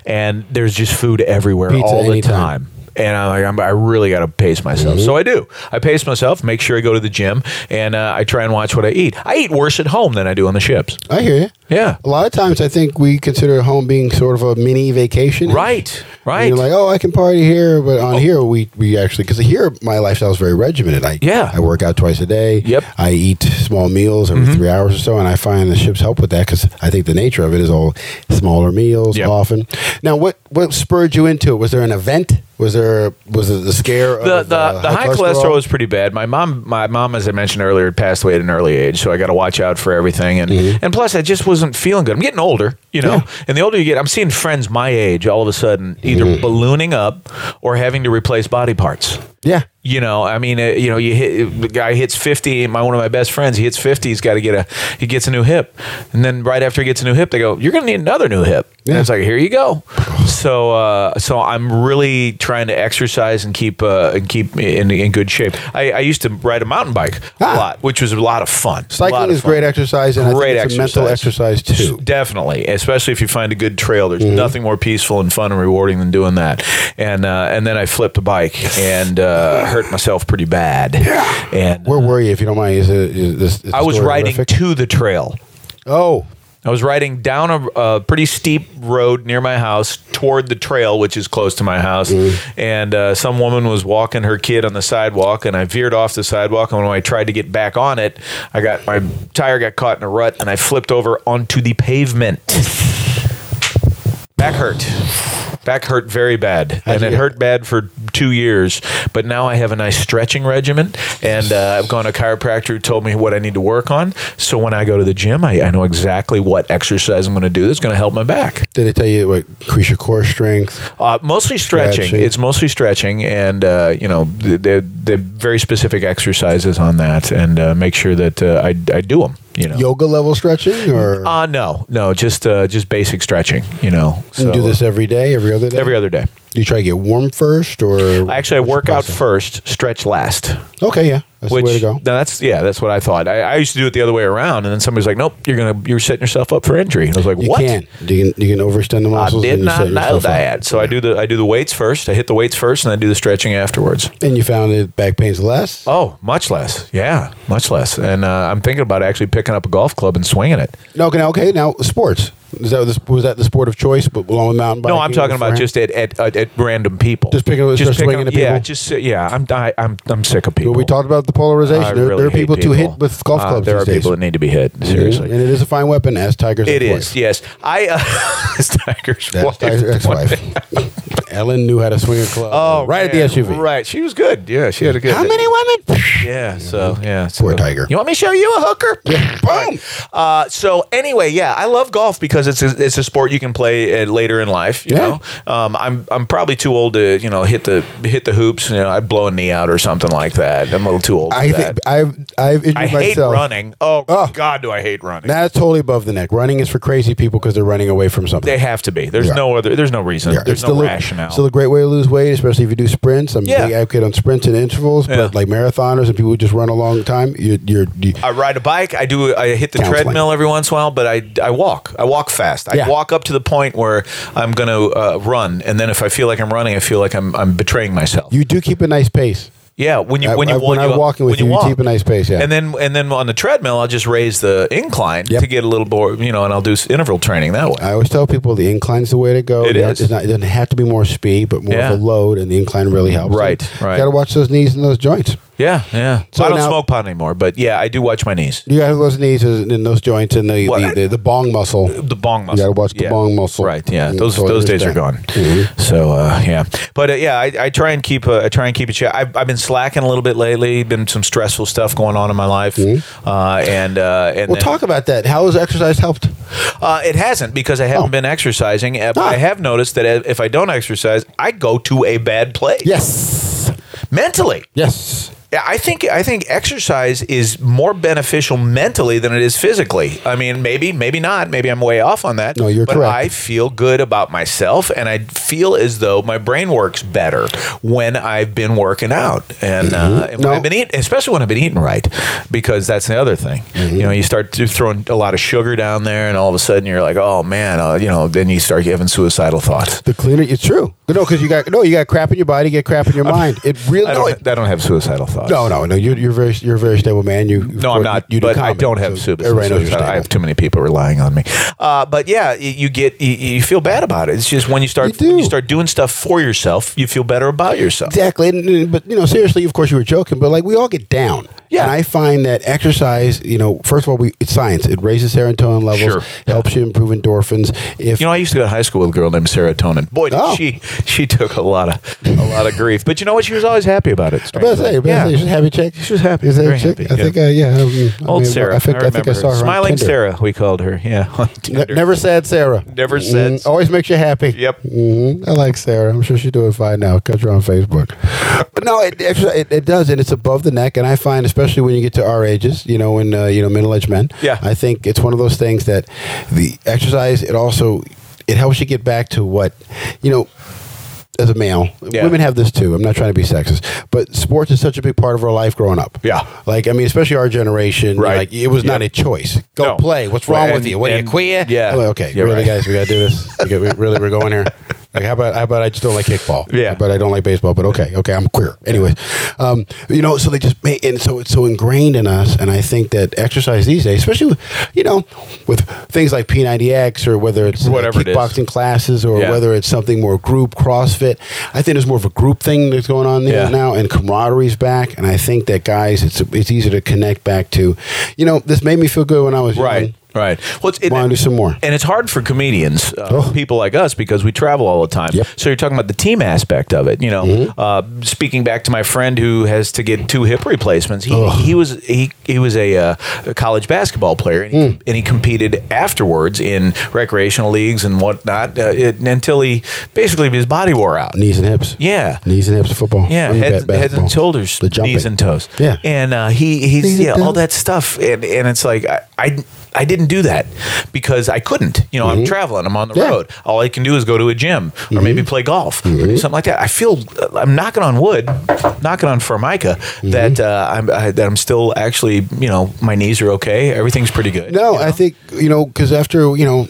Speaker 2: And there's just food everywhere
Speaker 1: Pizza
Speaker 2: all the
Speaker 1: anytime. Mm-hmm.
Speaker 2: time. And I'm like, I'm, I really got to pace myself. So I do. I pace myself, make sure I go to the gym, and uh, I try and watch what I eat. I eat worse at home than I do on the ships.
Speaker 1: I hear you.
Speaker 2: Yeah.
Speaker 1: A lot of times, I think we consider home being sort of a mini vacation.
Speaker 2: Right. Right. Oh.
Speaker 1: You're like, oh, I can party here, but on here we we actually because here my lifestyle is very regimented. I
Speaker 2: Yeah.
Speaker 1: I work out twice a day.
Speaker 2: Yep. Mm-hmm.
Speaker 1: I eat small meals every three hours or so, and I find the ships help with that because I think the nature of it is all smaller meals
Speaker 2: Yep.
Speaker 1: often. Now, what what spurred you into it? Was there an event? Was there was it the scare?
Speaker 2: the,
Speaker 1: of,
Speaker 2: the,
Speaker 1: uh,
Speaker 2: the high cholesterol was pretty bad. My mom, my mom, as I mentioned earlier, passed away at an early age, so I got to watch out for everything. And and plus, I just wasn't feeling good. I'm getting older, you know. And the older you get, I'm seeing friends my age all of a sudden either ballooning up or having to replace body parts.
Speaker 1: Yeah.
Speaker 2: You know, I mean, uh, you know, you hit the guy hits fifty. My one of my best friends, he hits fifty. He's got to get a he gets a new hip, and then right after he gets a new hip, they go, "You're going to need another new hip." And
Speaker 1: Yeah.
Speaker 2: it's like, here you go. So, uh, so I'm really trying to exercise and keep uh, and keep in, in good shape. I, I used to ride a mountain bike a
Speaker 1: Ah.
Speaker 2: lot, which was a lot of fun. A lot
Speaker 1: Cycling
Speaker 2: of
Speaker 1: is
Speaker 2: fun.
Speaker 1: great exercise and
Speaker 2: Great
Speaker 1: I think it's a mental exercise too. Mm-hmm.
Speaker 2: Definitely, especially if you find a good trail. There's nothing more peaceful and fun and rewarding than doing that. And uh, and then I flipped a bike and uh, hurt myself pretty bad. And
Speaker 1: Where were you, if you don't mind? Is it, is this, is the
Speaker 2: I was
Speaker 1: story
Speaker 2: riding
Speaker 1: horrific?
Speaker 2: to the trail.
Speaker 1: Oh,
Speaker 2: I was riding down a, a pretty steep road near my house toward the trail, which is close to my house. And uh, some woman was walking her kid on the sidewalk, and I veered off the sidewalk. And when I tried to get back on it, I got my tire got caught in a rut, and I flipped over onto the pavement. Back hurt. Back hurt very bad, and
Speaker 1: you
Speaker 2: it
Speaker 1: get-
Speaker 2: hurt bad for two years, but now I have a nice stretching regimen, and uh, I've gone to a chiropractor who told me what I need to work on. So when I go to the gym, I, I know exactly what exercise I'm going to do that's going to help my back.
Speaker 1: Did they tell you what increase your core strength?
Speaker 2: Uh, mostly stretching.
Speaker 1: Stretching.
Speaker 2: It's mostly stretching, and uh, you know, th- they're, they're very specific exercises on that, and uh, make sure that uh, I, I do them. You know.
Speaker 1: Yoga level stretching, or
Speaker 2: Uh, no, no, just uh, just basic stretching. You know,
Speaker 1: you do this every day, every other day?
Speaker 2: every other day.
Speaker 1: Do you try to get warm first, or
Speaker 2: Actually, I work out first, stretch last.
Speaker 1: Okay, yeah, that's
Speaker 2: Which
Speaker 1: the way to go.
Speaker 2: no, that's yeah, that's what I thought. I, I used to do it the other way around, and then somebody's like, "Nope, you're gonna you're setting yourself up for injury." And I was like,
Speaker 1: You
Speaker 2: "What?"
Speaker 1: can. You can you can overextend the
Speaker 2: I
Speaker 1: muscles.
Speaker 2: did
Speaker 1: and you
Speaker 2: not
Speaker 1: set
Speaker 2: know
Speaker 1: yourself up.
Speaker 2: that. So I do the I do the weights first. I hit the weights first, and I do the stretching afterwards.
Speaker 1: And you found that back pain's less.
Speaker 2: Oh, much less. Yeah, much less. And uh, I'm thinking about actually picking up a golf club and swinging it.
Speaker 1: No, okay, now, okay. Now sports. Is that the, was that the sport of choice? But along with mountain biking.
Speaker 2: No, I'm talking about
Speaker 1: beforehand?
Speaker 2: just at at, at, at random people.
Speaker 1: Just picking up- start swinging at
Speaker 2: Yeah,
Speaker 1: people?
Speaker 2: just yeah. I'm I, I'm I'm sick of people.
Speaker 1: Well, we talked about the
Speaker 2: I
Speaker 1: polarization. There,
Speaker 2: really
Speaker 1: there are
Speaker 2: hate
Speaker 1: people, to hit with golf
Speaker 2: Uh,
Speaker 1: clubs.
Speaker 2: there
Speaker 1: these
Speaker 2: are
Speaker 1: days.
Speaker 2: people that need to be hit. Seriously.
Speaker 1: and it is a fine weapon, as Tiger's.
Speaker 2: It
Speaker 1: wife.
Speaker 2: is, yes. I uh, it's Tiger's
Speaker 1: That's
Speaker 2: wife.
Speaker 1: Tiger's ex-wife. Ellen knew how to swing a club.
Speaker 2: Oh,
Speaker 1: right
Speaker 2: man,
Speaker 1: at the SUV.
Speaker 2: Right, she was good. Yeah, she had a good.
Speaker 1: How many women?
Speaker 2: Yeah, so yeah, so-
Speaker 1: Poor Tiger.
Speaker 2: You want me to show you a hooker? Yeah.
Speaker 1: Boom.
Speaker 2: Uh, so anyway, yeah, I love golf because it's a, it's a sport you can play uh, later in life. You
Speaker 1: Yeah.
Speaker 2: know, um, I'm I'm probably too old to you know hit the hit the hoops. You know, I'd blow a knee out or something like that. I'm a little too old.
Speaker 1: I
Speaker 2: for
Speaker 1: think
Speaker 2: that.
Speaker 1: I've I've injured
Speaker 2: I hate
Speaker 1: myself.
Speaker 2: running. Oh,
Speaker 1: Oh.
Speaker 2: God, do I hate running?
Speaker 1: That's totally above the neck. Running is for crazy people because they're running away from something.
Speaker 2: they have to be. There's
Speaker 1: Yeah.
Speaker 2: no other. There's no reason. There's no
Speaker 1: still
Speaker 2: rationale.
Speaker 1: A, still a great way to lose weight, especially if you do sprints. I'm
Speaker 2: Yeah.
Speaker 1: a big advocate on sprints and intervals,
Speaker 2: Yeah.
Speaker 1: but like marathoners and people who just run a long time, you're, you're you,
Speaker 2: I ride a bike. I do. I hit the
Speaker 1: Counseling.
Speaker 2: treadmill every once in a while, but I, I walk. I walk fast. I
Speaker 1: Yeah.
Speaker 2: walk up to the point where I'm going to uh, run, and then if I feel like I'm running, I feel like I'm, I'm betraying myself.
Speaker 1: you do keep a nice pace.
Speaker 2: yeah, when you
Speaker 1: I-
Speaker 2: when you
Speaker 1: I-
Speaker 2: walk,
Speaker 1: when I'm
Speaker 2: you-
Speaker 1: walking with
Speaker 2: when
Speaker 1: you, you
Speaker 2: walk.
Speaker 1: keep a nice pace, yeah.
Speaker 2: And then and then on the treadmill, I'll just raise the incline
Speaker 1: Yep. Uh,
Speaker 2: to get a little more, you know, and I'll do s- interval training that way.
Speaker 1: I always tell people the incline's the way to go.
Speaker 2: It
Speaker 1: Yeah,
Speaker 2: is.
Speaker 1: It's not, it doesn't have to be more speed, but more
Speaker 2: Yeah.
Speaker 1: of a load, and the incline really helps.
Speaker 2: Right,
Speaker 1: And
Speaker 2: right.
Speaker 1: You got to watch those knees and those joints.
Speaker 2: yeah, yeah.
Speaker 1: So
Speaker 2: I don't
Speaker 1: now-
Speaker 2: smoke pot anymore, but yeah, I do watch my knees.
Speaker 1: You got to those knees and and those joints and the, the,
Speaker 2: What?
Speaker 1: the, the bong muscle.
Speaker 2: The bong muscle.
Speaker 1: You got to watch the
Speaker 2: Yeah.
Speaker 1: bong muscle.
Speaker 2: Right. Yeah.
Speaker 1: Mm,
Speaker 2: Those
Speaker 1: so I
Speaker 2: those days are gone.
Speaker 1: understand. Mm-hmm.
Speaker 2: So uh, yeah, but uh, yeah, I, I try and keep uh, I try and keep it. check. I've, I've been slacking a little bit lately. Been some stressful stuff going on in my life, uh, and uh, and
Speaker 1: Mm-hmm. Well,
Speaker 2: then-
Speaker 1: talk about that. How has exercise helped?
Speaker 2: Uh, it hasn't because I haven't
Speaker 1: Oh.
Speaker 2: been exercising. uh, But I
Speaker 1: Ah.
Speaker 2: have noticed that if I don't exercise, I go to a bad place.
Speaker 1: Yes.
Speaker 2: mentally.
Speaker 1: Yes.
Speaker 2: Yeah, I think I think exercise is more beneficial mentally than it is physically. I mean, maybe maybe not. Maybe I'm way off on that.
Speaker 1: No, you're
Speaker 2: but
Speaker 1: correct.
Speaker 2: I feel good about myself, and I feel as though my brain works better when I've been working out, and, uh, and
Speaker 1: Mm-hmm. No.
Speaker 2: when I've been eating, especially when I've been eating right, because that's the other thing.
Speaker 1: Mm-hmm.
Speaker 2: You know, you start to throwing a lot of sugar down there, and all of a sudden you're like, oh man, uh, you know. Then you start having suicidal thoughts.
Speaker 1: The cleaner, it's true. No, because you got no, you got crap in your body, you get crap in your mind. It really,
Speaker 2: I
Speaker 1: no,
Speaker 2: don't.
Speaker 1: it-
Speaker 2: I don't have suicidal thoughts.
Speaker 1: no, no, no. You're, you're very, you're a very stable man. You,
Speaker 2: No, I'm not.
Speaker 1: You do
Speaker 2: but I
Speaker 1: comedy,
Speaker 2: don't have
Speaker 1: so
Speaker 2: super.
Speaker 1: Everybody knows you're stable.
Speaker 2: I have too many people relying on me. Uh, but yeah, y- you get you, you feel bad about it. It's just when you start
Speaker 1: You do.
Speaker 2: when you start doing stuff for yourself, you feel better about yourself.
Speaker 1: Exactly, and, and- but you know, seriously, of course, you were joking, but like we all get down.
Speaker 2: Yeah.
Speaker 1: and I find that exercise, you know, first of all, we it's science. It raises serotonin levels,
Speaker 2: Sure.
Speaker 1: helps you improve endorphins. If
Speaker 2: You know, I used to go to high school with a girl named Serotonin. Boy, did
Speaker 1: Oh.
Speaker 2: she she took a lot of a lot of grief. But you know what? She was always happy about it.
Speaker 1: I was about to say, I was
Speaker 2: strangely.
Speaker 1: about to say, you
Speaker 2: yeah.
Speaker 1: should have a check.
Speaker 2: She was happy,
Speaker 1: Is that
Speaker 2: very
Speaker 1: a chick?
Speaker 2: happy,
Speaker 1: I
Speaker 2: yeah.
Speaker 1: think. Uh, yeah. um, I
Speaker 2: Old
Speaker 1: mean,
Speaker 2: Sarah.
Speaker 1: I think. I, think
Speaker 2: remember
Speaker 1: I saw her. on
Speaker 2: Smiling
Speaker 1: Tinder.
Speaker 2: Sarah, we called her. Yeah. on
Speaker 1: Ne-
Speaker 2: Tinder.
Speaker 1: never sad Sarah.
Speaker 2: Never sad
Speaker 1: Mhm. Always makes you happy.
Speaker 2: Yep.
Speaker 1: Mhm. I like Sarah. I'm sure she's doing fine now. Catch her on Facebook. But no, it, actually, it it does, and it's above the neck. And I find, especially when you get to our ages, you know, when uh, you know middle aged men.
Speaker 2: Yeah.
Speaker 1: I think it's one of those things that the exercise. It also it helps you get back to what you know. As a male,
Speaker 2: Yeah.
Speaker 1: women have this too. I'm not trying to be sexist, but sports is such a big part of our life growing up.
Speaker 2: Yeah.
Speaker 1: like I mean, especially our generation.
Speaker 2: Right.
Speaker 1: Like it was not a
Speaker 2: Yep.
Speaker 1: choice. Go
Speaker 2: No.
Speaker 1: play. What's wrong
Speaker 2: And-
Speaker 1: with you? What are you
Speaker 2: and-
Speaker 1: queer?
Speaker 2: yeah.
Speaker 1: I'm like, okay,
Speaker 2: You're
Speaker 1: really,
Speaker 2: right.
Speaker 1: guys, we gotta do this. We, got, we really, we're going here. Like, how about how about I just don't like kickball?
Speaker 2: Yeah.
Speaker 1: but I don't like baseball. But okay, okay, I'm queer. Anyways, um, you know, so they just make and so it's so ingrained in us. And I think that exercise these days, especially with, you know, with things like P90X or whether it's uh,
Speaker 2: Whatever it is.
Speaker 1: kickboxing classes or
Speaker 2: Yeah.
Speaker 1: whether it's something more group CrossFit, I think there's more of a group thing that's going on there
Speaker 2: Yeah.
Speaker 1: now now and camaraderie's back and i think that guys it's it's easier to connect back to you know this made me feel good when i was
Speaker 2: Right.
Speaker 1: young
Speaker 2: Right. Well, it's, it,
Speaker 1: Wanna do some more.
Speaker 2: And it's hard for comedians, uh,
Speaker 1: Oh.
Speaker 2: people like us, because we travel all the time.
Speaker 1: Yep. Mm-hmm.
Speaker 2: So you're talking about the team aspect of it. You know, uh, speaking back to my friend who has to get two hip replacements. He, he was he he was a, uh, a college basketball player, and he,
Speaker 1: Mm.
Speaker 2: and he competed afterwards in recreational leagues and whatnot uh, it, until he basically his body wore out.
Speaker 1: Knees and hips.
Speaker 2: Yeah.
Speaker 1: Knees and hips for football.
Speaker 2: Yeah,
Speaker 1: I mean,
Speaker 2: heads,
Speaker 1: ba-
Speaker 2: heads and
Speaker 1: basketball.
Speaker 2: shoulders,
Speaker 1: The jumping.
Speaker 2: knees and toes.
Speaker 1: Yeah.
Speaker 2: and uh, he
Speaker 1: Knees
Speaker 2: he's
Speaker 1: and
Speaker 2: yeah all
Speaker 1: toes.
Speaker 2: that stuff, and and it's like I. I I didn't do that because I couldn't. You know, I'm traveling. I'm on the
Speaker 1: Mm-hmm. Yeah. Mm-hmm.
Speaker 2: road. All I can do is go to a gym or maybe play golf or do something like that. I feel uh, I'm knocking on wood, knocking on formica
Speaker 1: Mm-hmm.
Speaker 2: that uh, I'm I, that I'm still actually. You know, my knees are okay. Everything's pretty good.
Speaker 1: No, I think you know because after you know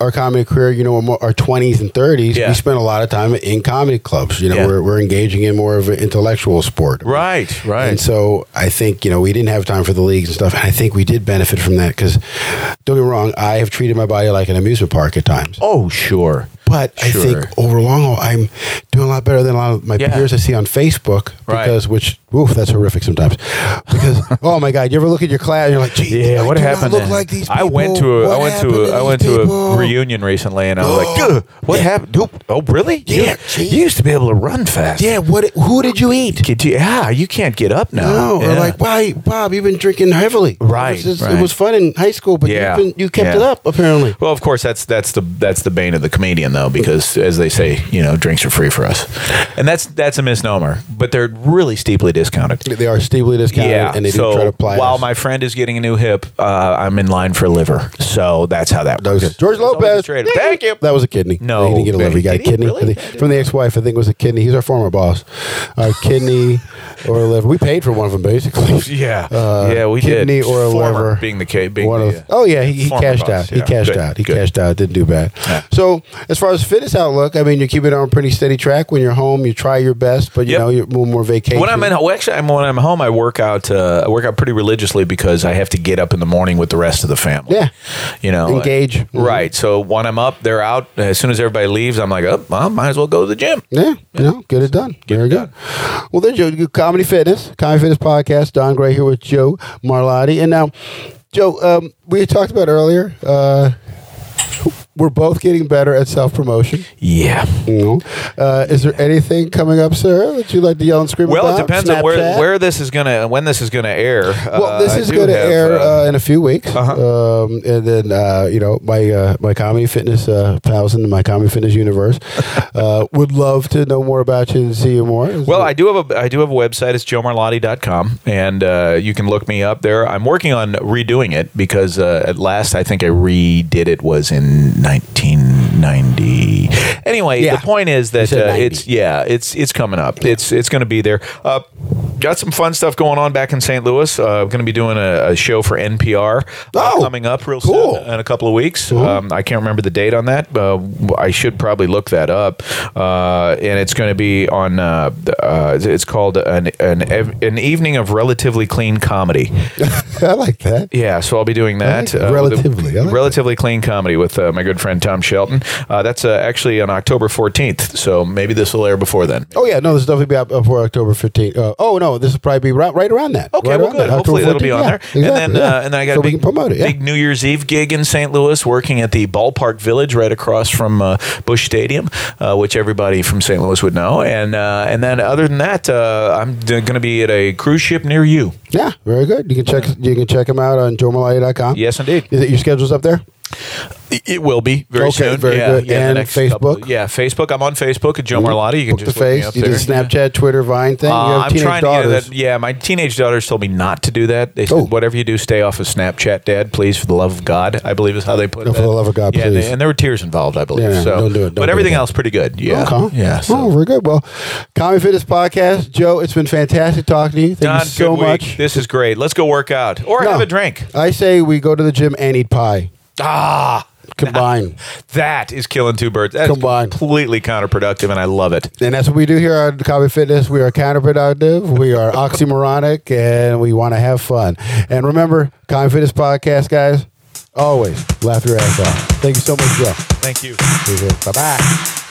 Speaker 1: our comedy career, you know, our twenties and thirties,
Speaker 2: Yeah.
Speaker 1: we spent a lot of time in comedy clubs. You know,
Speaker 2: Yeah.
Speaker 1: we're we're engaging in more of an intellectual sport,
Speaker 2: Right.
Speaker 1: And
Speaker 2: Right.
Speaker 1: so I think you know we didn't have time for the leagues and stuff, and I think we did benefit from that because don't get me wrong, I have treated my body like an amusement park at times.
Speaker 2: oh, sure.
Speaker 1: But I
Speaker 2: Sure.
Speaker 1: think over long haul, I'm doing a lot better than a lot of my
Speaker 2: Yeah.
Speaker 1: peers I see on Facebook
Speaker 2: Right.
Speaker 1: because, which, oof, that's horrific sometimes. Because, oh my God, you ever look at your class and you're like, gee,
Speaker 2: Yeah,
Speaker 1: I
Speaker 2: what
Speaker 1: do not
Speaker 2: happened?
Speaker 1: Look
Speaker 2: then?
Speaker 1: like these
Speaker 2: I went
Speaker 1: people.
Speaker 2: to a I
Speaker 1: What
Speaker 2: went
Speaker 1: happened
Speaker 2: to a I
Speaker 1: these
Speaker 2: went to
Speaker 1: people?"
Speaker 2: a reunion recently, and I was like,
Speaker 1: Oh.
Speaker 2: "Ugh, "What happened? Oop. Oh, really?
Speaker 1: Yeah,
Speaker 2: you,
Speaker 1: gee.
Speaker 2: you used to be able to run fast.
Speaker 1: Yeah, what? Who did you eat?
Speaker 2: Could you- yeah, you can't get up now.
Speaker 1: No,
Speaker 2: yeah.
Speaker 1: or like, why, Bob? You've been drinking heavily.
Speaker 2: Right,
Speaker 1: it was, just-
Speaker 2: right.
Speaker 1: It was fun in high school, but
Speaker 2: Yeah,
Speaker 1: you've been, you kept
Speaker 2: yeah.
Speaker 1: it up apparently.
Speaker 2: Well, of course, that's that's the that's the bane of the comedian, though, because as they say, you know, drinks are free for us, and that's that's a misnomer. But they're really steeply discounted.
Speaker 1: They are steeply discounted,
Speaker 2: Yeah,
Speaker 1: and they do
Speaker 2: so
Speaker 1: try to apply.
Speaker 2: while
Speaker 1: us.
Speaker 2: my friend is getting a new hip, uh, I'm in line for liver. So that's how that
Speaker 1: That
Speaker 2: works.
Speaker 1: was George
Speaker 2: There's always a
Speaker 1: Lopez.
Speaker 2: trade-off. Thank you.
Speaker 1: That was a kidney.
Speaker 2: No,
Speaker 1: he didn't get a liver. He got a
Speaker 2: did he?
Speaker 1: kidney
Speaker 2: Really?
Speaker 1: I think- from the ex-wife. I think it was a kidney. He's our former boss. A kidney or a liver. We paid for one of them basically.
Speaker 2: Yeah,
Speaker 1: Uh,
Speaker 2: yeah, we
Speaker 1: kidney
Speaker 2: did.
Speaker 1: or a
Speaker 2: Former
Speaker 1: liver
Speaker 2: being the case, being
Speaker 1: One
Speaker 2: the,
Speaker 1: of-
Speaker 2: uh,
Speaker 1: oh yeah, he, he
Speaker 2: former
Speaker 1: cashed
Speaker 2: boss,
Speaker 1: out. He
Speaker 2: yeah.
Speaker 1: cashed
Speaker 2: Good,
Speaker 1: out. He
Speaker 2: good.
Speaker 1: cashed out. Didn't do bad.
Speaker 2: Yeah.
Speaker 1: So as far as fitness outlook, I mean, you keep it on a pretty steady track. When you're home, you try your best, but you
Speaker 2: Yep.
Speaker 1: know you're more, more vacation.
Speaker 2: When I'm in, well, actually, I'm, when I'm home, I work out. Uh, I work out pretty religiously because I have to get up in the morning with the rest of the family.
Speaker 1: Yeah.
Speaker 2: you know,
Speaker 1: Engage. Mm-hmm.
Speaker 2: uh, right. So when I'm up, they're out. As soon as everybody leaves, I'm like, oh, well, might as well go to the gym.
Speaker 1: Yeah, you know, get it done. Very
Speaker 2: it
Speaker 1: good. Well, there's your your comedy fitness, comedy fitness podcast. Don Gray here with Joe Marlotti, and now Joe, um, we had talked about earlier. Uh, we're both getting better at self promotion.
Speaker 2: Yeah.
Speaker 1: Uh, is there anything coming up, Sarah, that you'd like to yell and scream
Speaker 2: Well,
Speaker 1: about?
Speaker 2: it depends on
Speaker 1: Snapchat?
Speaker 2: where where this is gonna when this is gonna air.
Speaker 1: Well, this
Speaker 2: Uh, I
Speaker 1: is
Speaker 2: do
Speaker 1: going to
Speaker 2: have,
Speaker 1: air
Speaker 2: uh,
Speaker 1: uh, in a few weeks, um, and then uh, you know my uh, my comedy fitness uh, pals in my comedy fitness universe uh, would love to know more about you and see you more.
Speaker 2: Well, I do have a I do have a website. It's joemarlotti.com, and uh, you can look me up there. I'm working on redoing it because uh, at last I think I redid it was in 1990. Anyway,
Speaker 1: Yeah.
Speaker 2: the point is that
Speaker 1: said
Speaker 2: uh,
Speaker 1: 90.
Speaker 2: it's yeah, it's it's coming up. It's it's going to be there. Uh, got some fun stuff going on back in St. Louis. Uh, I'm going to be doing a, a show for NPR uh,
Speaker 1: Oh,
Speaker 2: coming up real
Speaker 1: cool.
Speaker 2: soon in a couple of weeks. Um, I can't remember the date on that. Uh, I should probably look that up. Uh, and it's going to be on. Uh, uh, it's called an an ev- an evening of relatively clean comedy.
Speaker 1: I like that.
Speaker 2: Yeah, so I'll be doing that.
Speaker 1: I like
Speaker 2: uh, with a-
Speaker 1: relatively. I like
Speaker 2: relatively clean comedy with uh, my good friend Tom Shelton. Uh, that's uh, actually on October 14th. So maybe this will air before then.
Speaker 1: Oh yeah, no, this will definitely be out before October fifteenth. Uh, oh no, this will probably be right, right around that.
Speaker 2: Okay,
Speaker 1: right
Speaker 2: well,
Speaker 1: around
Speaker 2: good.
Speaker 1: that, October
Speaker 2: Hopefully, that'll be
Speaker 1: 14th.
Speaker 2: on
Speaker 1: Yeah,
Speaker 2: there.
Speaker 1: exactly,
Speaker 2: and then,
Speaker 1: yeah.
Speaker 2: uh, and then I got
Speaker 1: so
Speaker 2: a big,
Speaker 1: we can promote it. Yeah.
Speaker 2: big New Year's Eve gig in St. Louis, working at the Ballpark Village, right across from uh, Bush Stadium, uh, which everybody from St. Louis would know. And uh, and then, other than that, uh, I'm going to be at a cruise ship near you.
Speaker 1: yeah, very good. You can check you can check them out on joemalaya.com.
Speaker 2: Yes, indeed.
Speaker 1: Is it your schedule's up there?
Speaker 2: It- It will be very
Speaker 1: Okay,
Speaker 2: soon.
Speaker 1: very
Speaker 2: yeah,
Speaker 1: good.
Speaker 2: yeah, in the
Speaker 1: And
Speaker 2: next couple-
Speaker 1: Facebook?
Speaker 2: yeah, Facebook. I'm on Facebook at Joe Marlotti. You can
Speaker 1: Book the
Speaker 2: just look me
Speaker 1: face.
Speaker 2: up
Speaker 1: You
Speaker 2: there.
Speaker 1: did Snapchat, Twitter, Vine thing. you
Speaker 2: Uh,
Speaker 1: have
Speaker 2: I'm
Speaker 1: teenage
Speaker 2: trying
Speaker 1: daughters.
Speaker 2: to get that. Yeah, my teenage daughters told me not to do that. They said,
Speaker 1: Oh.
Speaker 2: "Whatever you do, stay off of Snapchat, Dad, please, for the love of God." I believe is how they put
Speaker 1: No, Oh,
Speaker 2: it.
Speaker 1: for the love of God,
Speaker 2: yeah, and
Speaker 1: please.
Speaker 2: they- and there were tears involved, I believe.
Speaker 1: Yeah,
Speaker 2: so,
Speaker 1: don't do it, don't
Speaker 2: but
Speaker 1: do
Speaker 2: everything
Speaker 1: that.
Speaker 2: else pretty good. Yeah,
Speaker 1: Okay.
Speaker 2: yeah. so-
Speaker 1: Oh, we're good. Well, Comedy Fitness Podcast, Joe. It's been fantastic talking to you. Thank
Speaker 2: Don,
Speaker 1: you so
Speaker 2: good week.
Speaker 1: much.
Speaker 2: This is great. Let's go work out or
Speaker 1: No.
Speaker 2: have a drink.
Speaker 1: I say we go to the gym and eat pie
Speaker 2: Ah,
Speaker 1: combined.
Speaker 2: that is killing two birds. That's
Speaker 1: Combined.
Speaker 2: completely counterproductive, and I love it.
Speaker 1: And that's what we do here on Comedy Fitness. We are counterproductive, we are oxymoronic, and we want to have fun. And remember, Comedy Fitness podcast, guys, always laugh your ass off. Thank you so much, Jeff.
Speaker 2: Thank you.
Speaker 1: Bye bye.